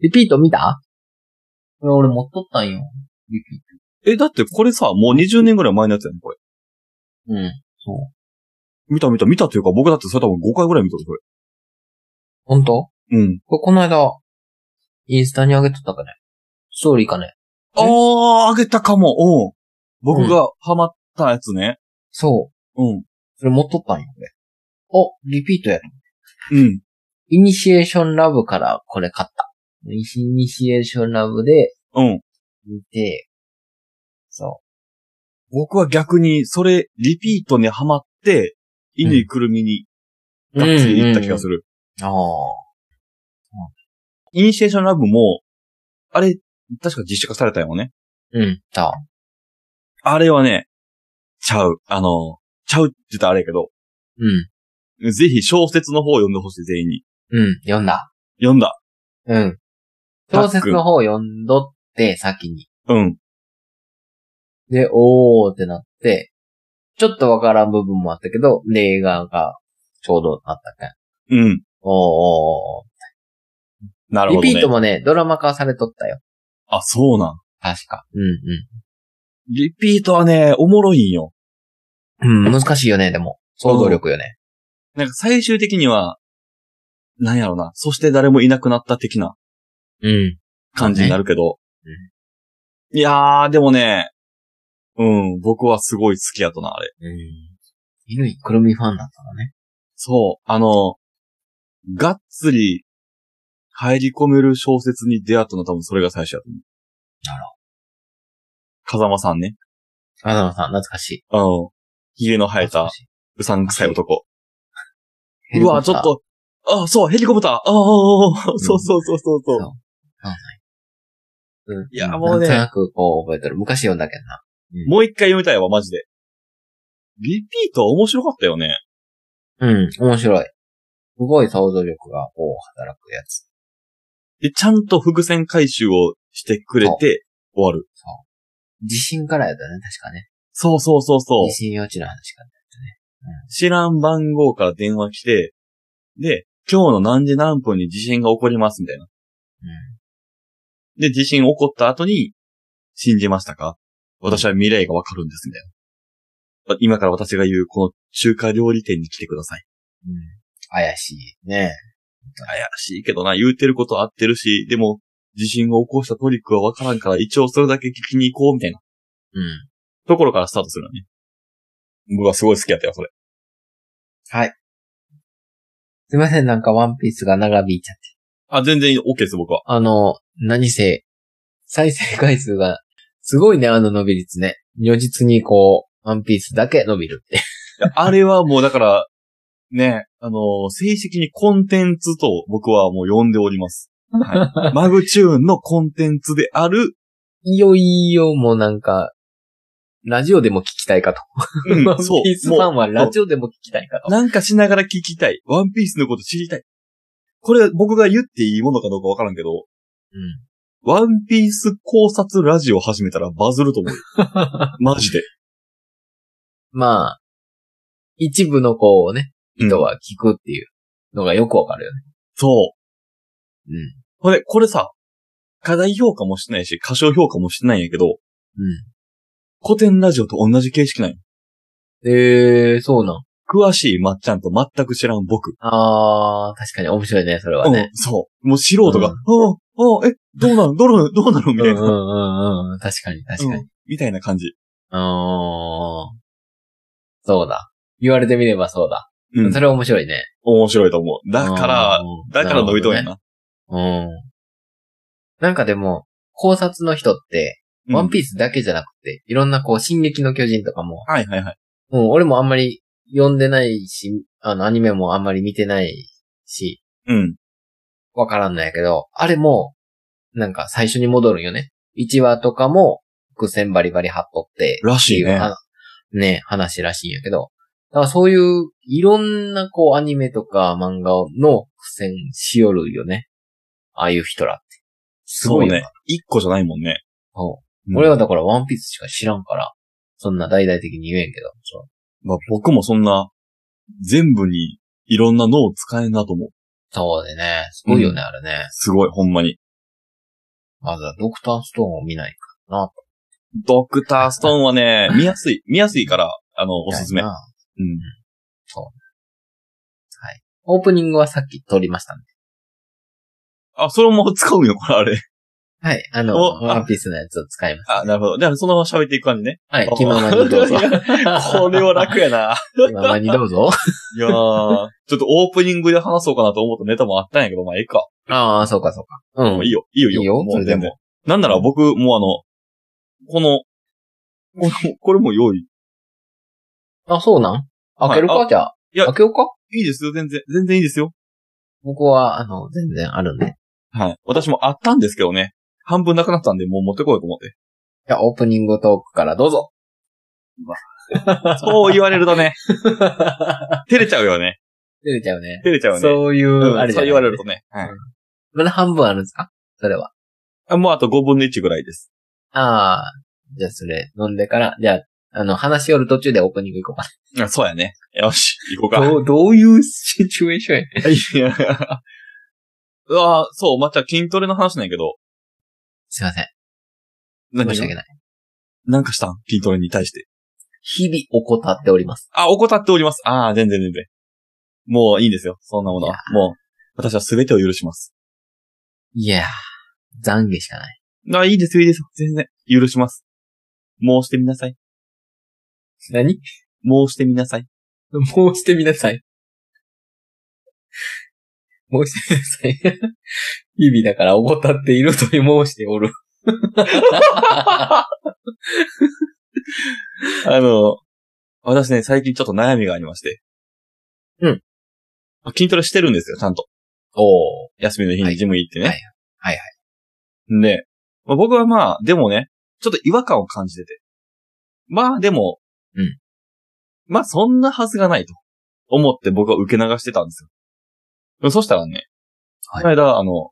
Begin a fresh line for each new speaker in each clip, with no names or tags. リピート見たこれ俺持っとったんよ。リピー
え、だってこれさ、もう20年ぐらい前のやつやん、これ。
ト。うん。そう。
見た見た見たというか、僕だってそれ多分5回ぐらい見たぞ、こ
ほんと
れ。うん。
これこの間、インスタに上げとったかね。ストーリーかね。
あー、あげたかも、うん。僕がハマったやつね。
そう。
うん。
それ持っとったんよ、俺。お、リピートや。
うん。
イニシエーションラブからこれ買った。イニシエーションラブで
うん。
見て、そ
僕は逆に、それ、リピートにハマって、犬いくるみに、
う。
がっつり行った気がす
る。
る。
ああ。
イニシエーションラブも、あれ、確か実写化されたよね。
うん、た。
あれはね、ちゃう。あの、ちゃうって言ったらあれやけど、
うん、
ぜひ小説の方を読んでほしい、全員に。
うん、読んだ。
読んだ。
うん。
タック
小説の方読んどって、先に。
うん。
で、おーってなって、ちょっとわからん部分もあったけど、で映画がちょうどあったね。
うん。
おーおー
な
おー、
るほど、ね。
リピートもね、ドラマ化されとったよ。
あ、そうなん。
確か。うん、うん。
リピートはね、おもろいんよ。
うん、難しいよね、でも。想像力よね。
なんか最終的には、なんやろな、そして誰もいなくなった的な
うん。
感じになるけど
うね。
いやー、でもね、うん、僕はすごい好きやとな、あれ。
うん。犬にくるみファンだったのね。
そう、あの、がっつり入り込める小説に出会ったのは多分それが最初やと思う。
なる
ほど。風間さんね。
あなさん、懐かしい。
うん。髭の生え
懐
た
か、しい。
うさんくさい男。
ヘリ
う
コ
わ、
プ
ち
ター
ょっ。と、あ、そう、ヘリコプター。ああ、 そうそうそうそうそう。
そううん。
いやもうね
なんとなくこう覚えてる。昔読んだけどな。
もう一回読みたいわ、マジで。リピート面白かったよね。
うん、面白い。すごい想像力がこう働くやつ。
で、ちゃんと伏線回収をしてくれて終わる。
自信からやったね、確かね。
そうそうそうそう
自。信予知の話か。
知らん番号から電話来て、で、今日の何時何分に地震が起こります、みたいな。で、地震起こった後に、信じましたか私は未来がわかるんです、みたいな。今から私が言う、この中華料理店に来てください。
うん。うん。怪しいね。
怪しいけどな、言うてること合ってるし、でも、地震を起こしたトリックはわからんから、一応それだけ聞きに行こう、みたいな
うん。
ところからスタートするよね。僕はすごい好きやったよ、それ。
すいません、なんかワンピースが長引いちゃって。
あ、全然 OK です、僕は。
あの、何せ、再生回数が、すごいね、あの伸び率ね。如実にこう、ワンピースだけ伸びるって。
いやあれはもうだから、ね、あのー正式にコンテンツと僕はもう呼んでおります。はい マグチューンのコンテンツである、
いよいよもうなんか、ラジオでも聞きたいかと。
うん
ワンピ
そ
ース
う、
ファン
も
はラジオでも聞きたいか
う、
と。
なんかしながら聞きたい。ワンピースのこと知りたい。これ僕が言っていいものかどうかわからんけ
う
ど、
ん。
ワンピース考察ラジオ始めたらバズる と思うよ。マジで。
まあ、一部のこうね、
うん
人は聞くっていうのがよくわかるよね。
そ
う
う。
ん。
ほんで、これさ、課題評価もしてないし、過小評価もしてないんやけ
う
ど、
ん。
古典ラジオと同じ形式なんよ。
えー、そうなん。
詳しいまっちゃんと全く知らん僕。
あー、確かに面白いね、それは
うん
ね。、
そう。もう素人が、
う
うんん、うん、え、どうなのどうなのどうなの
う
み
んう
たい
んう
な。
んうん。確かに、確か
う
に。
んみたいな感じ。
うーん。そうだ。言われてみればそうだ。
うん
そ。れは面白いね。
面白いと思う。だから、
うん、
だから伸びとんや
な
な。
るほどね。うん。なんかでも、考察の人って、ワンピ
ー
ースだけじゃなくて、いろんなこう、進撃の巨人とかも、
ス。はいはいはい。
うん、俺もあんまり読んでないし、あの、アニメもあんまり見てないし、
うん。
わからんのやけど、あれも、なんか最初に戻るんよね。1話とかも、伏線バリバリ貼っとって、
らしい
っていう
ね。
はね、話らしいんやけど。だからそういう、いろんなこう、アニメとか漫画の伏線しよるよね。ああいう人らって。す
そ
ご
う
いよ
ね
な。。
一個じゃないもんね。
そ
うん
う。俺はだからワンピースしか知らんから、そんな大々的に言えんけど。そう。
まあ、僕もそんな、全部にいろんな脳を使えんなと思う。
そうでね。すごいよね、あれね。
すごい、ほんまに。
まずはドクターストーンを見ないかな。
ドクターストーンは ね、見やすい、見やすいから、あの、おすすめ。
み
う
たい
ん。
なオープニングはさっき撮りましたね。
あ、それも使うんよ、これ、あれ。
はい。あの、
おあ
ワンピースのやつを使います。
あ、なるほど。じゃあ、そのまま喋っていく感じ ね。
はい。
お
気ままにどうぞ
い。や これは楽やな。
気ままにどうぞ。
いやー、ちょっとオープニングで話そうかなと思ったネタもあったんやけど、まあ、ええか。
ああ、そうかそうか。
も
う。
うんいいよ、いいよ、
いいよ
もう
それでも
全然なんなら僕、もうあの、この、この、これも用意。
あ、そうなん開けるか、
はいあ
じゃあ。
いや
開けようか
いいですよ、全然。全然いいですよ。
僕は、あの、全然あるんで。い
はい。私もあったんですけどね。半分なくなったんで、もう持ってこようと 思って。
や、オープニングトークからどうぞ。
そう言われる とね。照れちゃうよね。
出れちゃうね。
照れちゃうね。
そういう、
うん
あれじゃな
そう
い
言われるとね。はい。
まだ半分あるんですかそれは。
あもうあと5分の1ぐらいです。
ああ、じゃあそれ、飲んでから、じゃあ、あの、話しよる途中でオープニング行こう
あそうやね。よし、行こ
かな。
う
どう、どういうシチュエーションや
か。 いや。うわーそう、また筋トレの話なんやけど。
すいません。
何
申し訳ない。
なんかしたん筋トレに対して。
日々怠っております。
あ、怠っております。ああ、全然全然。もういいんですよ。そんなものは。もう、私は全てを許します。
いやー、懺悔しかない。
あ、いいですよ、いいですよ。全然。許します。もうしてみなさい。
何
もうしてみなさい。
もうしてみなさい。もうしてみなさい。 日々だから怠っていると申しておる。
あの、私ね、最近ちょっと悩みがありまして。
うん。
筋トレしてるんですよ、ちゃんと。
おー。
休みの日
はい
にジム行ってね。
はいはい
で、まあ僕はまあ、でもね、ちょっと違和感を感じてて。まあでも、
うん。
まあそんなはずがないと思って僕は受け流してたんですよ。そしたらね、
はい
この間、あの、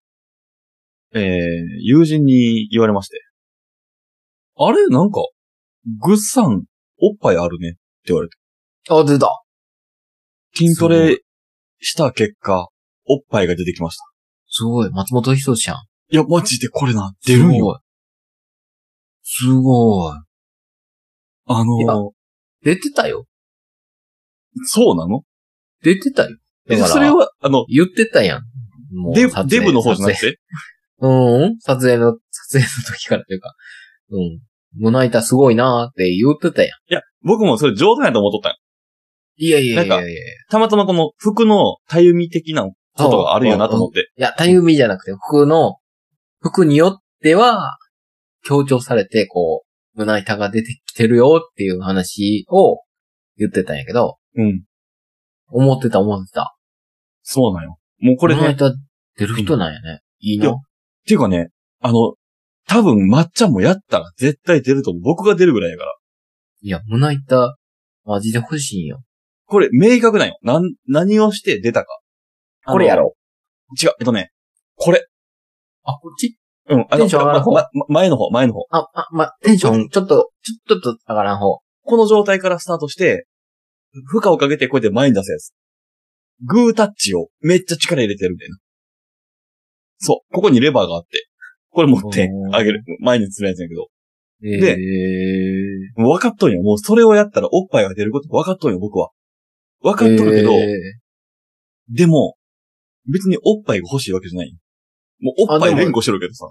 えー、友人に言われまして。あれなんか、ぐっさん、おっぱいあるねって言われて。
あ、出た。
筋ト
すご
レした結果、おっぱいが出てきました。
すごい。松本人志やん。
いや、マジでこれな、出るんよ。
すごい。
あの
いや
ー、
出てたよ。
そうなの
出てたよ。だ
え、
から、
それは、あの、
言ってたやん。もう
デ
撮影
ブ、デブの方じゃなくて
撮影うん。撮影の、撮影の時からというか、うん。胸板すごいなーって言ってたやん。
いや、僕もそれ冗談やと思っとったんよ
いやいやい
な
やい
んか
やいや。い
たまたまこの服のたゆみ的なことがあるよなと思って。
や、たゆみじゃなくて、服の、服によっては、強調されて、こう、胸板が出てきてるよっていう話を言ってたんやけど、
うん。
思ってた思ってた。
そうなんよ。もうこれ
胸
ね、っ
板出る人なんやね。いいな。
いやていうかね、あの、多分、まっちゃんもやったら絶対出ると思う。僕が出るぐらいやから。
いや、胸板、マジで欲しいんよ。
これ、明確なんよ。なん、何をして出たか。あの。
ろ。
違う、えっとね、これ。
あ、こっち
うん、あの、
テンション上がる方
まま前の方、前の方。
あ、あ、ま、テンション、ちょっと、ちょ、ちょっと上がらん方。
この状態からスタートして、負荷をかけてこうやって前に出すやつ。グータッチをめっちゃ力入れてるみたいな。そう。ここにレバーがあって、これ持って
うん
あげる。前にするやつやけど。
えー、
もう分かっとんよ。もうそれをやったらおっぱいが出ること分かっとんよ、僕は。分かっとるけど、
え
でも、別におっぱいが欲しいわけじゃない。もうおっぱ
あで
い
も
連呼してるけどさ。
ー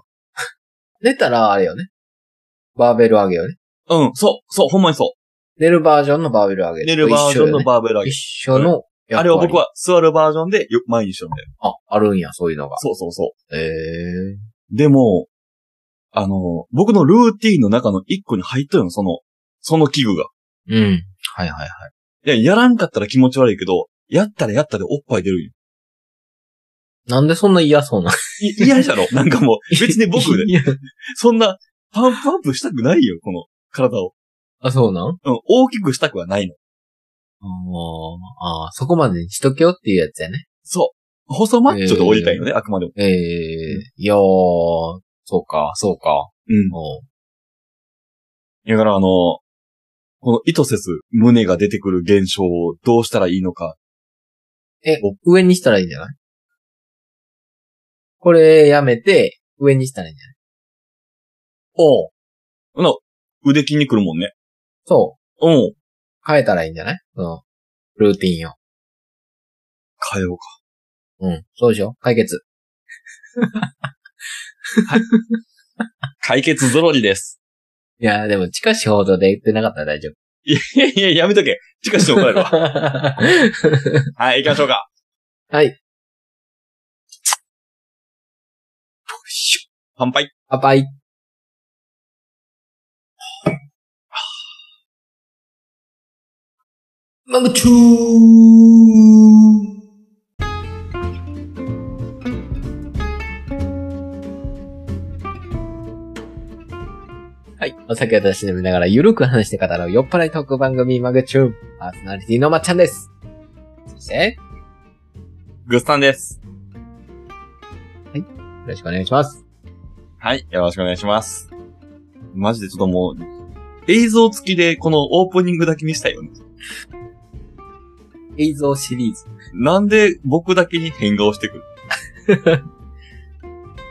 出たら、あれよね。バーベル上げよね。
うん、そう、そう、ほんまにそ
寝るバージョンのバーベル上
う。
げ。
寝るバージョンの
ー
バーベル上
ベ
げ
一。緒の、やっぱり
あれを僕。は座るバージョンでよ前にしようみたいな。
あ、あるんや、そういうのが。
そうそうそう。
えー、
でも、あの、僕のルーティーンの中の一個に入っとるの、その、その器具が。
うん。はいはいはい。
いや、やらんかったら気持ち悪いけど、やったらやったでおっぱい出るんよ。
なんでそんな嫌そうない
嫌じ ゃろなんかもう、別に僕で、
いや
そんな、パンプアップしたくないよ、この体を。
あ、そうなん
うん、大きくしたくはないの。
あーあー、そこまでにしとけよっていうやつやね。
そう。細マッチョで降りたいのね、あくまでも。
ええいやー、そうか、そうか。
うん。
も
だからあの、この意図せず胸が出てくる現象をどうしたらいいのか。
うえ
お、
上にしたらいいんじゃないこれやめて、上にしたらいいんじゃないおう。
ほな、腕筋に来るもんね。
そ
うん。
う。変えたらいいんじゃないその、ルーティンを。
変えようか。
うん。そうでしょ解決。
解決ゾロリです。
いや、でも近しい報道で言ってなかったら大丈夫。
いやいや、やめとけ。近しに怒られるわ。はい、行きましょうか。
はい。
シュッ乾杯。
乾杯。マグチューはい。お酒を出し飲みながらゆるく話して語る酔っ払いトーク番組マグチューン。パーソナリティのまっちゃんです。そして、
グッサンです。
よろしくお願いします。
はい、よろしくお願いします。マジでちょっともう、映像付きでこのオープニングだけにしたいよね。
映像シリーズ。
なんで僕だけに変顔してくる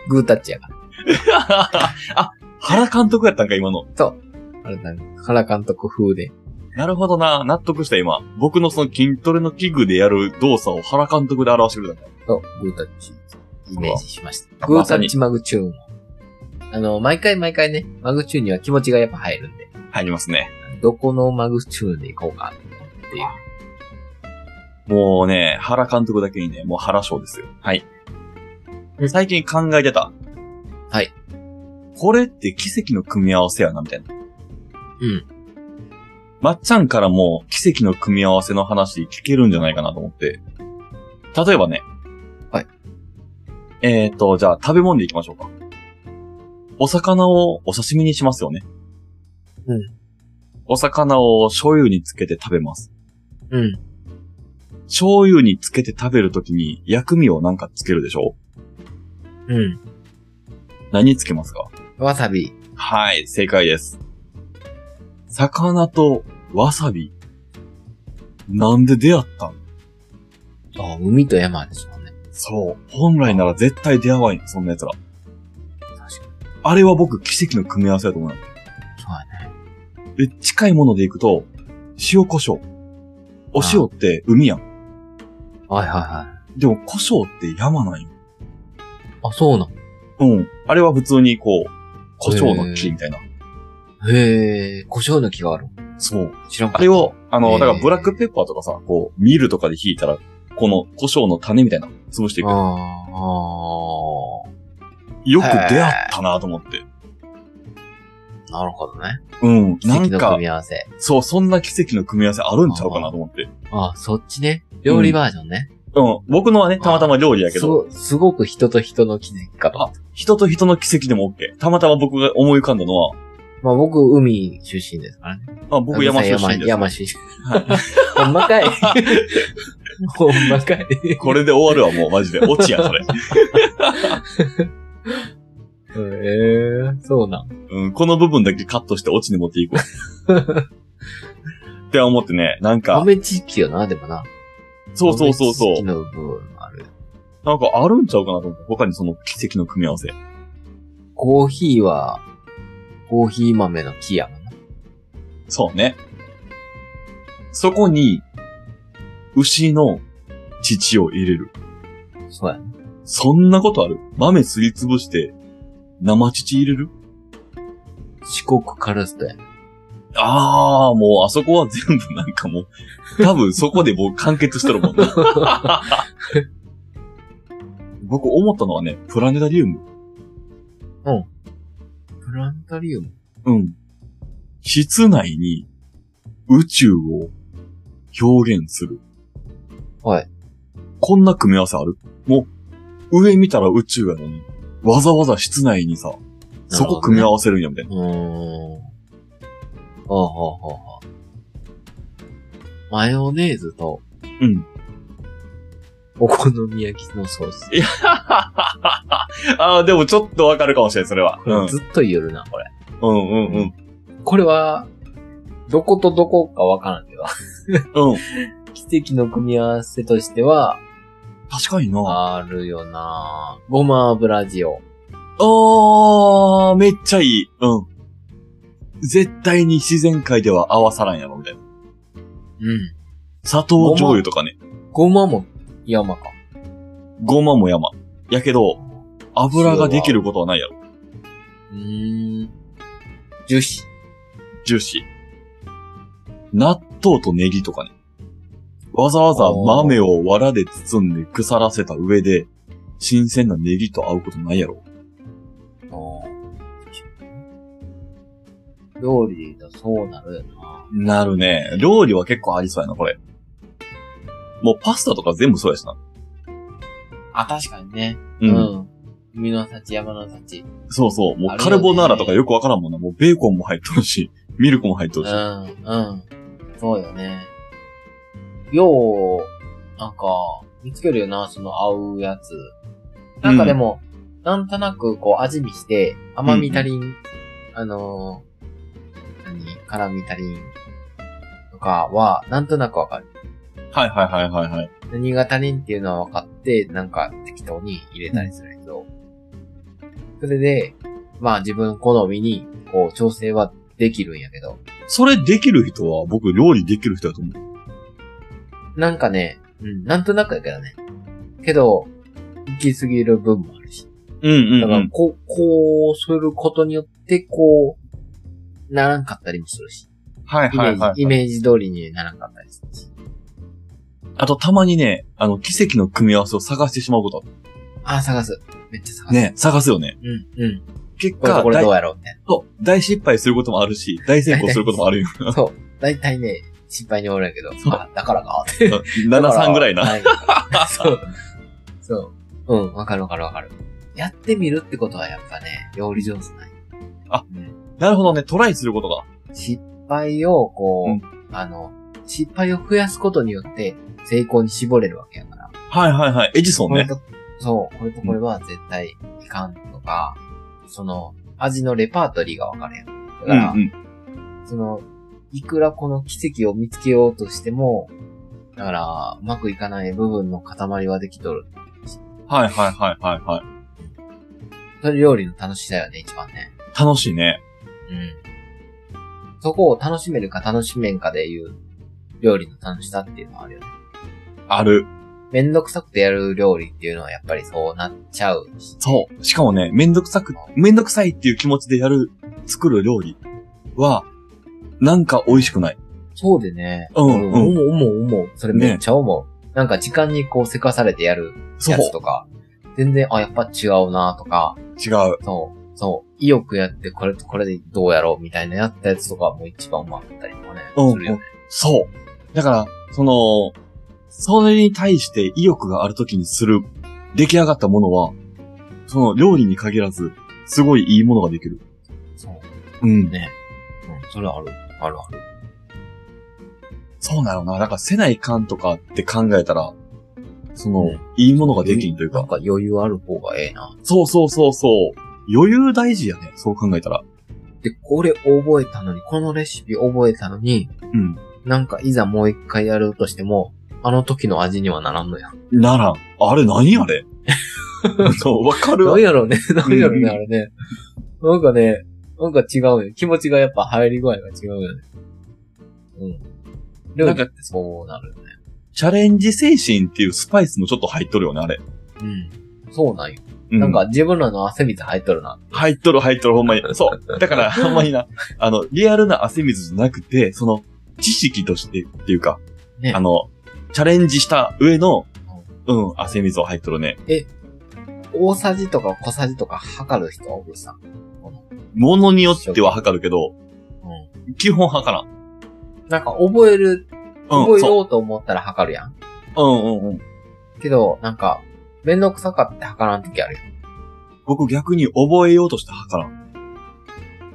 グータッチやから。
あ、原監督やったんか、今の。
あれだね。原監督風で。
なるほどな、納得した、今。僕のその筋トレの器具でやる動作を原監督で表してくれた。
そう、グータッチ、イメージしました。
あ
グー
ま
タ
さに
ッチマグチューンを。あの、毎回毎回ね、マグチューンには気持ちがやっぱ入るんで、
入りますね。
どこのマグチューンで行こうかっていう。
もうね、原監督だけにね、もう原賞ですよ。はい
うん。
最近考えてた。
はい。
これって奇跡の組み合わせやな、みたいな。
うん。
まっちゃんからも奇跡の組み合わせの話聞けるんじゃないかなと思って。例えばね。
はい。
えーと、じゃあ食べ物でいきましょうか。お魚をお刺身にしますよね。
うん。
お魚を醤油につけて食べます。
うん。
醤油につけて食べるときに薬味をなんかつけるでしょ
うん。
何つけますか
わさび。
はい、正解です。魚とわさび。なんで出会ったん
あ、海と山ですもんね。
そう。本来なら絶対出会わんよ、そんな奴ら。
確かに。そう
あれは僕、奇跡の組み合わせだと思うよ
やね。
で、近いものでいくと、塩胡椒。お塩って海やん。
はいはいは
でも胡椒って山なんよ。
い。あ、そうな
うん。あれは普通にこう、胡椒の木みたいな。
の。へえ、胡椒の木がある。
そう。
知らんかっ
あ
た。
れを、あ
へ
の、
ー
だからブラックペッパーとかさ、こう、ミルとかで引いたら、この胡椒の種みたいな、潰していく。
あー
よ
あ
く出会ったなと思って。
ー、なるほどね。
うん。
奇
な
跡
ん
の
か
組、み合わせ。
そう、そんな奇跡の組み合わせあるんちゃうかなと思って。
あ、そっちね。料理バージョンね。
うん。僕のはね、たまたま料理やけ
す
ど。
ご、すごく人と人の奇跡かと思った。
人と人の奇跡でも OK。たまたま僕が思い浮かんだのは、
まあ僕、海出身ですからね。
まあ僕山出身です。
山出身。ほんま かい。ほんまかい。
これで終わるわ、もうマジで。落ちや、それ。
えー、そうなん。
うん、この部分だけカットして落ちに持っていくわ。って思ってね、なんか、
豆知識よな、でもな。
そうそうそうそ
豆知識
う。
の部分もある。
なんかあるんちゃうかなと思って、他にその奇跡の組み合わせ。
コーヒーは、コーヒー豆の木やもんな。
そうね。そこに、牛の乳を入れる。
そうやね。
そんなことある豆すりつぶして、生乳入れる
四国カルストやね。
ああ、もうあそこは全部なんかもう、多分そこで僕完結しとる もんな。僕思ったのはね、プラネタリウム。
プラネタリウム。
うん。室内に宇宙を表現する。
はい。
こんな組み合わせあるもう、上見たら宇宙やのに、わざわざ室内にさ、そこ組み合わせるんや、みたいな。
うーん。ああ、はあ、はあ、はあ。マヨネーズと、
うん。
お好み焼きのソース。
ああ、でもちょっとわかるかもしれん、それは。うん。うん
ずっと言えるな、これ。
うんうん。
これは、どことどこかわからんけど。
うん。
奇跡の組み合わせとしては、
確かにな。
あるよなごま油塩。
おー、めっちゃいい。うん。絶対に自然界では合わさらんやろ、みたいな。
うん。
砂糖醤油とかね。
ごまも山か。
ごまも山。やけど、油ができることはないやろ。
うーん。樹脂。
ジューシー。納豆とネギとかね。わざわざ豆を藁で包んで腐らせた上で、新鮮なネギと合うことないやろ。
料理で言うとそうなるよな。
なるね。料理は結構ありそうやな、これ。もうパスタとか全部そうやしな。
あ、確かにね。
う。
うんん。海の幸、山の幸。
そうそう。も
あ
う
るよね
カルボナーラとかよくわからんもんな。もうベーコンも入っとるし、ミルクも入っと
う
る
ん、
し。
うん。そうよね。よう、なんか、見つけるよな、その合うやつ。なんかでも、なんとなくこう味見して、甘み足りん、あのー、何辛み足りんとかは、なんとなくわかる。
はいはいはいはいはい。
何が足りんっていうのは分かって、なんか適当に入れたりするけど、それで、まあ自分好みに、こう、調整はできるんやけど、
それできる人は僕料理できる人だと思う。
なんかね、うん、なんとなくやけどね。けど、行き過ぎる分もあるし。
うん
だから、。こう、こう、することによって、こう、ならんかったりもするし。
はい
イメージ、
はいはい。
イメージ通りにならんかったりするし。
あとたまにね、あの、奇跡の組み合わせを探してしまうことある
あー、探す。めっちゃ探す。。
ね、探すよね。
うん、うん。
結
これと
果、
これ
大
どうやろうみたい
そう大失敗することもあるし、大成功することもあるよ。
な。そう。大体ね、心配におるんやけど、
そう
あ、だからか。
7、3ぐらいな。
だから。はいそう。そう。うん、わかるわかるわかる。やってみるってことはやっぱね、料理上手ない。
あ
うん
なるほどね、トライすることが。
失敗を、こう、
うん
あの、失敗を増やすことによって、成功に絞れるわけやから。
はいはいはい。エジソン
これ
ね。
と、そう、これとこれは絶対いかんとか、その、味のレパートリーがわかるやん。だ
う
か
ん
ら、
うん。
その、いくらこの奇跡を見つけようとしても、だから、うまくいかない部分の塊はできとる。
はいはいはいはいは
それ料理の楽しさよね、一番ね。
い。楽しいね。
うん。そこを楽しめるか楽しめんかでいう、料理の楽しさっていうのはあるよね。
ある。
めんどくさくてやる料理っていうのはやっぱりそうなっちゃうし。
そう。しかもね、めんどくさく、めんどくさいっていう気持ちでやる、作る料理は、なんか美味しくない。
そうでね。
うんうん
思う思う思う。それめっちゃ思う。なんか時間にこうせかされてやる
そう
や。つとか、全然、あ、やっぱ違うなとか、
違う。
そう、そう、意欲やってこれとこれでどうやろうみたいなやったやつとかも一番うまかったりとかね。
うん
するよね。
そう。だから、その、それに対して意欲があるときにする、出来上がったものは、その料理に限らず、すごいいいものができる。
そう。
うん。
ね。うん、それはある。あるある。
そうなのな。だから、せないかんとかって考えたら、その、
うん
いいものができんという
な
か
ん。か余裕ある方がええな。
そうそうそうそう。余裕大事やね。そう考えたら。
で、これ覚えたのに、このレシピ覚えたのに、
うん。
なんかいざもう一回やるとしても、あの時の味にはならんのや。
ならん。あれ何あれ そう、わかるわ
なん。やろう ね、なんやろう
うん
ね、あれね。なんかね、なんか違うよ。気持ちがやっぱ入り具合が違うよね。うん。料
なん
理
か
ってそうなるよね。
チャレンジ精神っていうスパイスもちょっと入っとるよね、あれ。
うん。そうなんよ。
う
なんか自分らの汗水入っとるな。
入っとる入っとる、ほん まに。そう。だから、ほんまにな、あの、リアルな汗水じゃなくて、その、知識としてっていうか、
ね
あの、チャレンジした上の、うん、汗水を入っとるね。
大さじとか小さじとか測る人はおるさん。
ものによっては測るけど、
う
基本測らん。
ん。なんか覚える、
う
覚
ん、
え
そう。
ようと思ったら測るやん。
うんうんうん。
けど、なんか、めんどくさかって測らん時あるよ。
僕逆に覚えようとして測らん。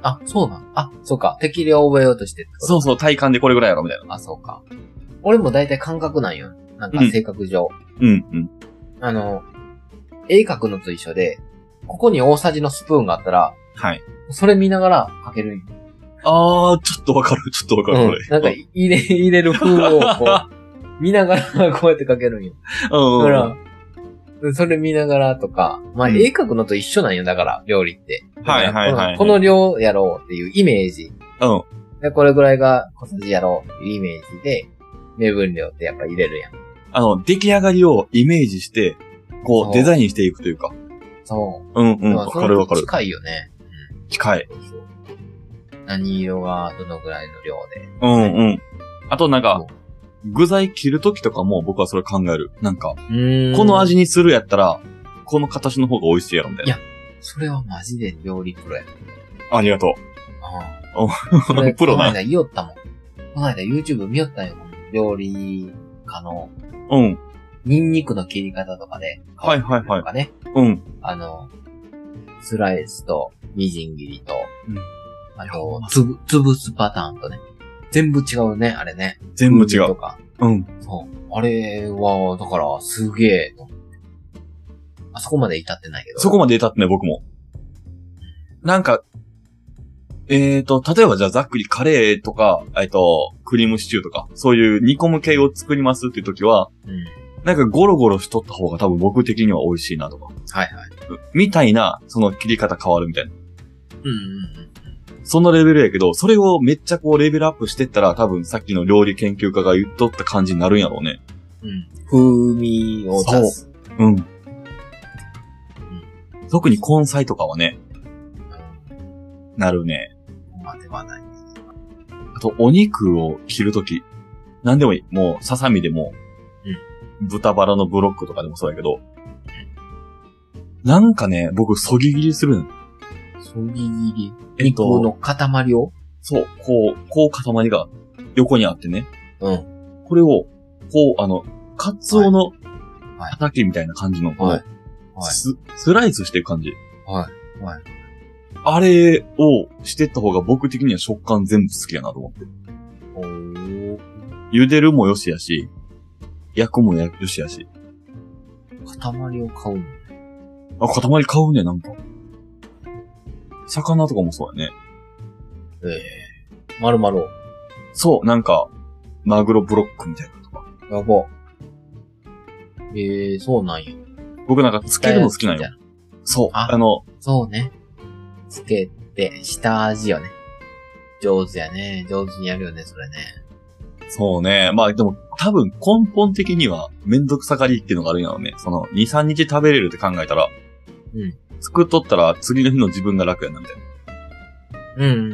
あ、そうなんあ、そうか。適量覚えようとしてってこと
そうそう、体感でこれぐらいやろ、みたいな。
あ、そうか。俺も大体感覚なんよ。なんか
うん
性格上。
うんうん。
あの、絵描くのと一緒で、ここに大さじのスプーンがあったら、
はい。
それ見ながら描けるんよ。
あー、ちょっとわかる、ちょっとわかる、これ。
なんか入れ、 入れる風をこう、見ながらこうやって描けるんよ。
うん、うんうん。
だから、それ見ながらとか、まあ、
うん
絵描くのと一緒なんよ、だから、料理って。
はいはいはいはい
このこの量やろうっていうイメージ。
うん。
で、これぐらいが小さじやろうっていうイメージで、目分量ってやっぱ入れるやん。
あの、出来上がりをイメージして、こ、
そうう
デザインしていくというか。
そう。
うんうん、
まあ
わかるわ
そ
か
れ
る
と。近いよね。
近い。
何色がどのぐらいの量で。
うんうん。あとなんか
そ、
具材切るときとかも僕はそれ考える。なんか、
うーん
この。味にするやったら、この形の方が美味しいやろみたい
い
な。
やそれはマジで料理プロや。
ありがとお
うんそれ
プロ
こ
な
の間言おったもん。この間 YouTube 見よったんよ。料理家の
う。うん。
ニンニクの切り方とかで。
はいはいはい
とかね。
うん。
あの、スライスと、みじん切りと、
うん
あ
いやほ
と
んま、
つぶ、つぶすパターンとね。全部違うね、あれね。
全部違
風味と
う。
か。
うん。
そう。あれは、だから、すげえと思って。あそこまで至ってないけど。
そこまで至ってない僕も。なんか、えーと、例えばじゃあざっくりカレーとか、えっと、クリームシチューとか、そういう煮込む系を作りますっていう時は、
うん。
なんかゴロゴロしとった方が多分僕的には美味しいなとか。
はいはい。
みたいな、その切り方変わるみたいな。
うんうんうん。
そのレベルやけど、それをめっちゃこうレベルアップしてったら多分さっきの料理研究家が言っとった感じになるんやろうね。
うん。風味を出す。
うん。特に根菜とかはね、
うん
なるね。
まではない。
あと、お肉を切るとき、なんでもいい。もう、ささみでも、豚バラのブロックとかでもそうやけど、なんかね、僕、そぎ切りするん。
そぎ切り。
えっ
肉
と
の塊を
そう、こう、こう塊が横にあってね。
うん。
これを、こう、あの、カツオの
はい
畑みたいな感じの、こう
はいはい
ススライスしてる感じ。
はい。はい。
あれをしてった方が僕的には食感全部好きやなと思って。
おー。
茹でるもよしやし、焼くもやよしやし。
塊を買うの
あ、塊買うね、なんか。魚とかもそうやね。
ええまるまる。
そう、なんか、マグロブロックみたいなとか。
やば。ええそうなんよ。
僕なんかつけるの好きなんよ。そう、
あ
あの、
そうね。つけて、下味よね。上手やね。上手にやるよね、それね。
そうね。まあでも、多分根本的にはめんどくさがりっていうのがあるんやろうね。その、2、3日食べれるって考えたら、
うん。
作っとったら次の日の自分が楽やな、みたいな。
うん、うん、うん。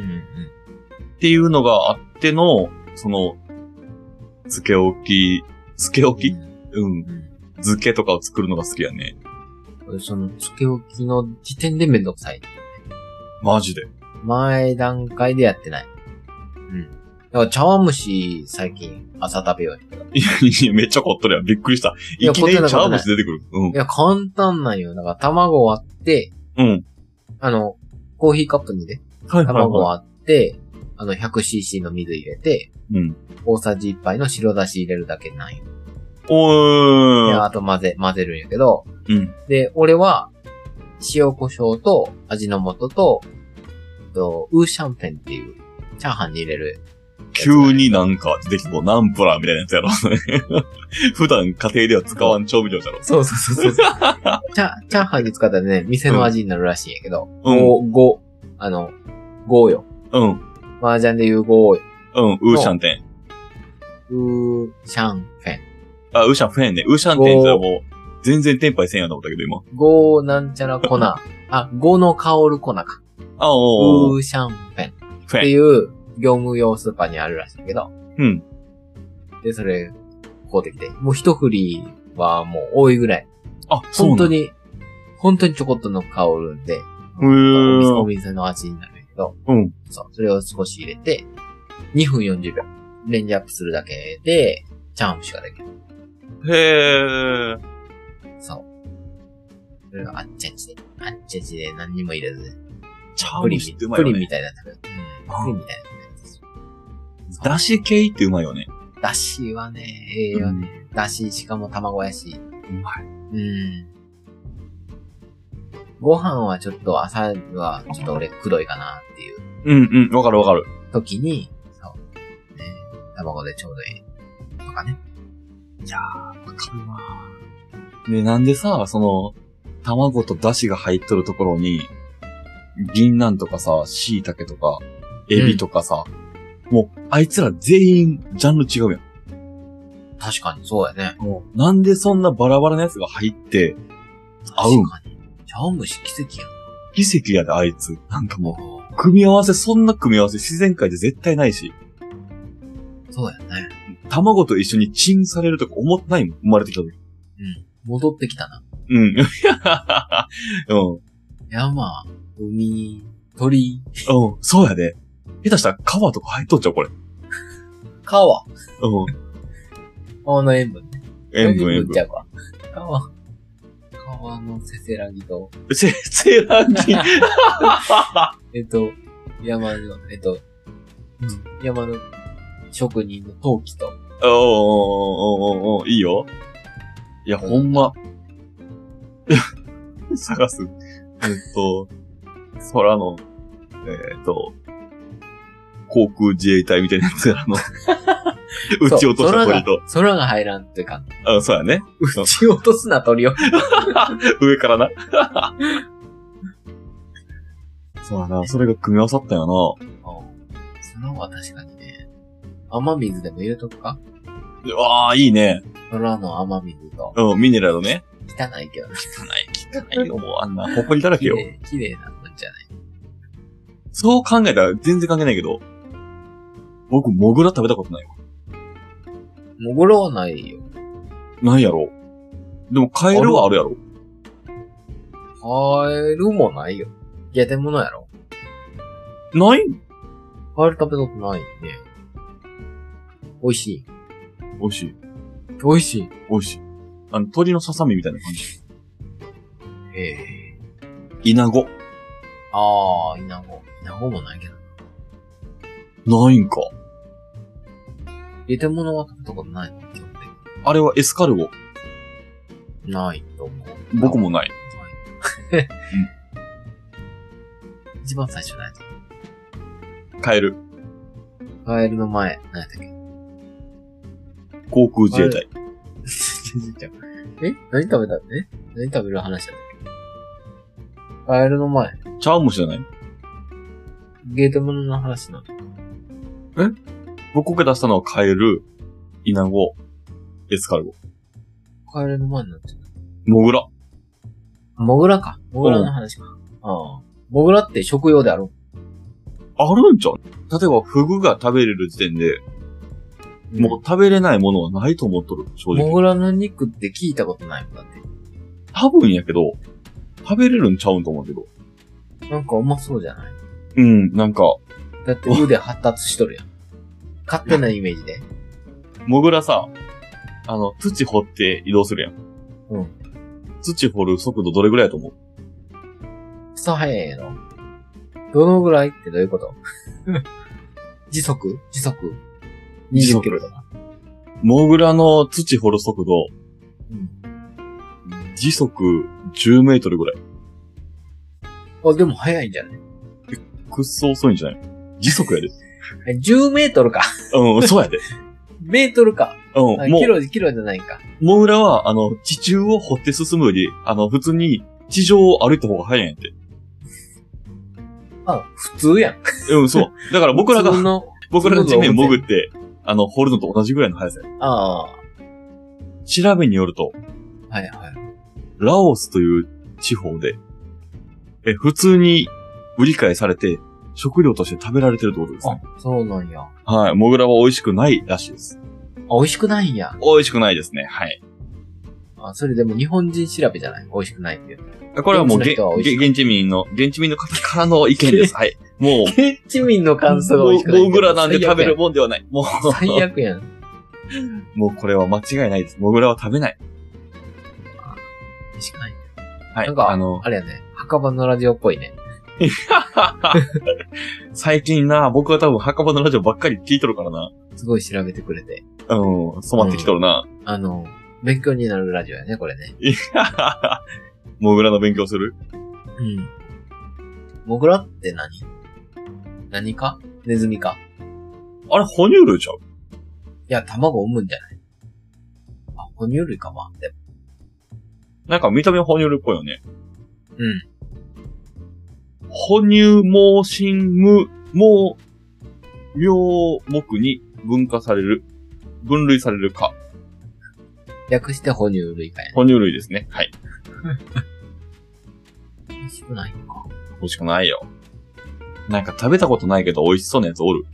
っていうのがあっての、その、漬け置き、漬け置きうん。
う
漬けとかを作るのが好きやね。
ん。その、つけ置きの時点でめんどくさい。
マジで。
前段階でやってない。うん。だから茶碗蒸し、最近、朝食べようよ。
いやいやめっちゃ凝っとるやん。びっくりした。
いや
いきな
凝っ
り
てない
茶碗蒸し出てくる。うん
い。や、簡単なんよ。だから卵割って、
うん。
あの、コーヒーカップにね、
はいはい
卵
は
割って、あの、100cc の水入れて、
い。うん。
大さじ1杯の白だし入れるだけなんよ。
お
で
ー。
あと混ぜ、混ぜるんやけど、
うん。
で、俺は、塩胡椒と味の素と、えっと、ウーシャンペンっていう、チャーハンに入れる。
急になんか出てきて、ナンプラーみたいなやつやろ。 普段家庭では使わん調味料じゃろ。
そうそう そうそう。チャ、チャーハンに使ったらね、店の味になるらしいんやけど、
うん
ご、ご、あの、ごよ。
うん。
麻雀で言うごよ。
うん。ウーシャンテン。
ウーシャンペン。
あ、ウーシャンフェンね。ウーシャンテンってもう、全然テンパイせんやと思ったけど、今。
ごなんちゃら 粉。あ、ごの香る粉か。
あ、おーおーお
ウ
ー。
ーシャンペンっ
フ
て
ェン。
いう業務用スーパーにあるらしいんやけど、
うん。
で、それ、こうできて。もう一振りはもう多いぐらい。
あ、そう
本
なん
当に、本当にちょこっとの香るんで、
へー
お店の味になるんやけど、
うん。
そう、それを少し入れて、2分40秒、レンジアップするだけで、チャームしかできる。
へー。
そう。それがあっちゃちで、あっちゃちで何にも入れず、
チャ
プ
ー
リ
ムシってう
ン、
まい
プ
よ
リンみ
ね。
たいな食べうん。プリンみたいな食べ方です
だし系ってうまいよね。
だしはね、ええよね。だし、しかも卵やし。
うまい。
うん。ご飯はちょっと朝はちょっと俺くどいかなっていう
うんうん。わかるわかる。
時に、そう。ね、卵でちょうどいい。とかね。
わかるわ。で、なんでさ、その、卵と出汁が入っとるところに、銀杏とかさ、椎茸とか、エビとかさ、もう、あいつら全員、ジャンル違うやん。
確かにそうやね。
なんでそんなバラバラなやつが入って、合うん
確かに。茶碗蒸し奇跡やん。
奇跡やで、あいつ。なんかもう、組み合わせ、そんな組み合わせ自然界で絶対ないし、
そうやね。
卵と一緒にチンされるとか思ってないもん、生まれてきた時。
戻ってきたな。
うん。うん。
山、海、鳥、
うん、そうやで。下手したら川とか入っとっちゃう、これ。
川。
うん。
川の塩分ね。
塩分、塩
ちゃ
分。
うわ川。川のせせらぎと、
せ、せらぎ。
えっと、山の、えっと、うん山の職人の陶器と、
おーおーおーおーおーいいよ。いや、ほんま。 探す。えっと、空の、えっと、航空自衛隊みたいなやつが、あ の、撃ち落とした鳥と。
そう空が空が入らんというか、
あ、そうやね。
撃ち落とすな鳥を。
上から な。そうやな。それが組み合わさったよ
空は確かにね、雨水でも入れとくか
な。うわあ、いいね。
空の雨水と、
うん、ミネラルね。
汚いけどね。
汚い、汚いよ、もうあんな、埃だらけ
綺
よ。
麗、綺麗なもんじゃない。
そう考えたら全然関係ないけど、僕、モグラ食べたことないわ。
潜ろうないよ。
ないやろ。でも、カエルはあるやろ。
カエルもないよ。ゲテモノやろ
ない
カエル食べたことないね。美味しい。
美味しい。
美味しい。
美味しい。あの、鳥のささみみたいな感じ。
ええ
イナゴ。
ああ、イナゴ。イナゴもないけど。
ないんか。
ゲテモノは食べたことないの基本的
あれはエスカルゴ。
にないと思う。
僕もない。
ない。 一番最初ないと。
カエル。
カエルの前、何やったっけ
航空自衛隊。
え何食べたえ何食べる話だったっけカエルの前、
チャームシじゃない
ゲートモノの話なの。
僕が出したのはカエル、イナゴ、エスカルゴ。
カエルの前になっちゃった。
モグラ。
モグラか。モグラの話か。ああ。モグラって食用であろ
あるんじゃん例えば、フグが食べれる時点で、
う。
もう食べれないものはないと思っとる、正直
モ。グラの肉って聞いたことないもんだって。
多分やけど、食べれるんちゃうんと思うけど。
なんかうまそうじゃない
うん、なんか、
だって腕発達しとるやん。勝手なイメージで。
モグラさ、あの、土掘って移動するやん。。
うん
土掘る速度どれぐらいやと思う
草早いやろ。どのぐらいってどういうこと 時速時速
時
?20
速
キロとか。
モグラの土掘る速度、
うん。
時速10メートルぐらい。
あ、でも早いんじゃない
くっそ遅いんじゃない時速やで。
え ?10 メートルか。
うん、そうやで。
メートルか。
うん
あ、
も
キロ、キロじゃないか。
う、モグラは、あの、地中を掘って進むより、あの、普通に地上を歩いた方が早いんやって。
あ、普通やん。
うん、そう。だから僕 ら
普通
が、
の、
僕らが地面潜って、あの、掘るのと同じぐらいの速さや。
ああ、
調べによると、
はいはい。
ラオスという地方で、え、普通に売り買いされて、食料として食べられてるってことですね。
あ、そうなんや。あ、
はい。モグラは美味しくないらしいです。
美味しくないんや。
美味しくないですね。はい。
あ、それでも日本人調べじゃない美味しくないっていう。
これはもう、
現地の
げ
人は美味しく
げ現地民の、現地民の方からの意 見です。はい。もう、
現地民の感想が美味しくない。
モグラなんで食べるもんではない。も
最悪やん。最悪やん。
う、もうこれは間違いないです。モグラは食べない。
美味しくない。
はい。
なんか
あの、
あれやね。墓場のラジオっぽいね。
最近な、僕は多分墓場のラジオばっかり聞いとるからな。
すごい調べてくれて。
うん、染まってきとるな。
あの、勉強になるラジオやね、これね。
モグラの勉強する
うん。モグラって何何かネズミか
あれ、哺乳類ちゃう
いや、卵産むんじゃないあ、哺乳類か、まあ。でも
なんか見た目哺乳類っぽいよね。
うん。
哺乳盲信無、盲、病目に分化される、分類されるか。
略して哺乳類かやね。
哺乳類ですね。はい。
美味しくないのか。
欲しくないよ。なんか食べたことないけど美味しそうなやつおる。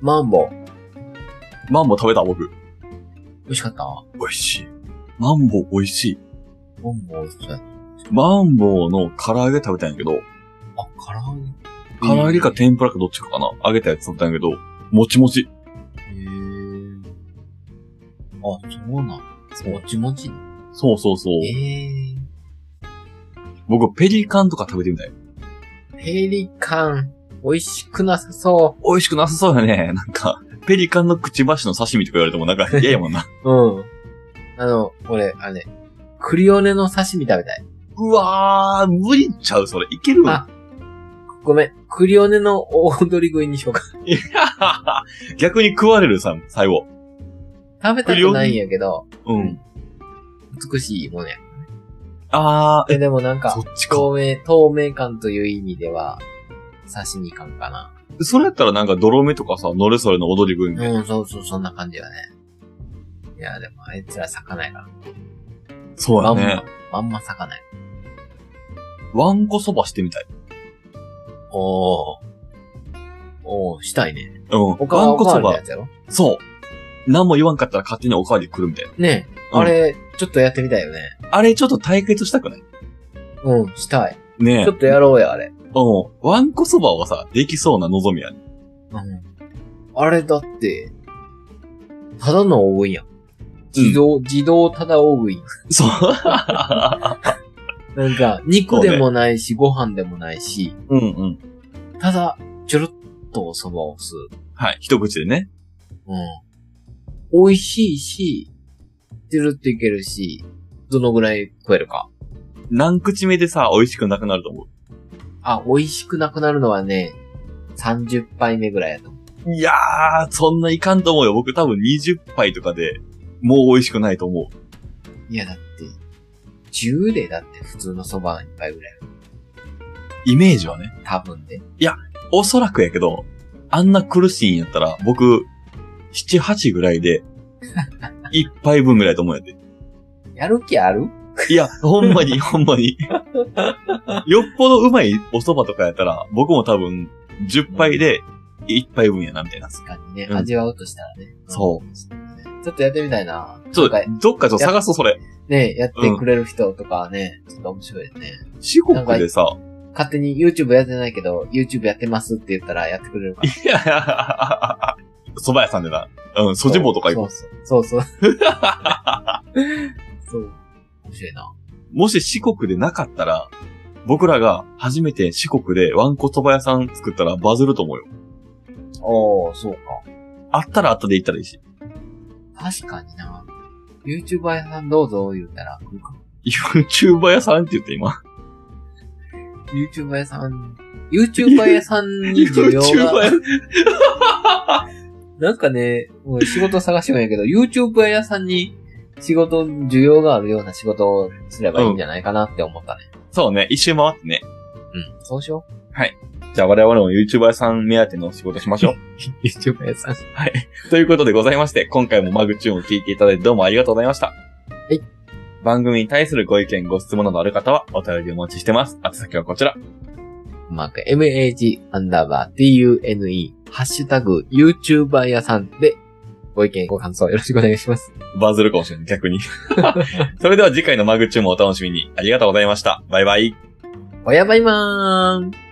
マンボウ。
マンボウ食べた僕。
美味しかった
美味しい。マンボウ美味しい。
マンボウ美味しかった。
マンボウの唐揚げ食べたんやけど、
あ、唐揚げ。
唐揚げか天ぷらかどっちかかな揚げたやつ食べたんやけど、もちもち。
へー。あ、そうなん。もちもち。
そうそうそう。
えー。
僕、ペリカンとか食べてみたい。
ペリカン、美味しくなさそ
美味しくなさそうだね。 なんか、ペリカンのくちばしの刺身とか言われてもなん か嫌やもんな。
う。うん。あの、俺、あれ、クリオネの刺身食べたい。
うわー、無理ちゃう、それ。いける
あごめん、クリオネの大踊り食いにしようか。
逆に食われるさ、最後。
食べたことないんやけど、
うん。
美しいものや。
あー、え、
え、でもなん
そ
か、
っちか。
透明、透明感という意味では、刺身感かな。
それやったらなんか泥目とかさ、のれそれの踊り食いみたいな
うん、そうそう、そんな感じだね。いや、でも、あいつら魚やから。
そう
ま
や
ん
ね
ま。、まんま魚や。
わんこそばしてみたい。
おー。おー、したいね。
うん。わん
他はお
こ
かわ
そ
りの
ば
や。つやろ
そう。何も言わんかったら勝手におかわり来るみたいな。
ねえ、
うん
あれ、ちょっとやってみたいよね。
あれちょっと対決したくない
うん、したい。
ねえ。
ちょっとやろうや、あれ。
うん。わんこそばはさ、できそうな望みやね。
うん。あれだって、ただの大食いやん。自動、自動ただ大食い。
そう。
なんか、肉でもないし、ご飯でもないし、
うんうん。
ただ、ちょろっとお蕎麦を吸う。
はい。一口でね。
うん。美味しいし、ちゅるっといけるし、どのぐらい食えるか。
何口目でさ、美味しくなくなると思
あ、美味しくなくなるのはね、30杯目ぐらいやと思う。
う。いやー、そんないかんと思うよ。僕多分20杯とかで、もう美味しくないと思う。
いや、だって、10でだって普通の蕎麦一杯ぐらい。
イメージはね。
多分ね。
おそらくやけど、あんな苦しいんやったら、僕、7、8ぐら いで、1杯分ぐらいと思うやで。
やる気ある
いや、ほん まに、ほんまに。よっぽどうまいお蕎麦とかやったら、僕も多分、10杯で1杯分やな、みたいな。
確かにね、
うん
味わうとしたらね。。
そう
ちょっとやってみたいな。
ちょっ
なん
と
か、
どっかちょっと探そう、それ。
ね、やってくれる人とかはね、ちょっと面白いよね。
四国でさ、
勝手に YouTube やってないけど、YouTube やってますって言ったらやってくれるから。
いや、蕎麦屋さんでな。うん、ソジボとか行こ
そうそう。そうそう。 そう。面白いな。
う。もし四国でなかったら、僕らが初めて四国でワンコ蕎麦屋さん作ったらバズると思うよ。
ああ、そうか。
あったらあったで行ったらいいし。
確かにな。YouTuber 屋さんどうぞ言うたら来るかも、
YouTuber 屋さんって言って今。
YouTuber 屋さん、YouTuber 屋さんに需要
YouTuber
が
屋、
なんかね、もう仕事探してもんやけど、YouTuber 屋さんに仕事、需要があるような仕事をすればいいんじゃないかなって思ったね。
そうね、一周回ってね。
うん、そうしよう。
じゃあ我々も YouTuber 屋さん目当ての仕事しましょ
YouTuber 屋さん。。
う。ということでございまして、今回もマグチューンを聞いていただいてどうもありがとうございました。はい番組に対するご意見、ご質問などある方はお便りお待ちしてます。宛先はこちら。
マーク、mh, アンダーバー、tune, ハッシュタグ、YouTuber 屋さんで、ご意見、ご感想よろしくお願いします。
バズるかもしれない、逆に。 それでは次回のマグチューンもお楽しみに。ありがとうございました。バイバイ。
おやばいまーん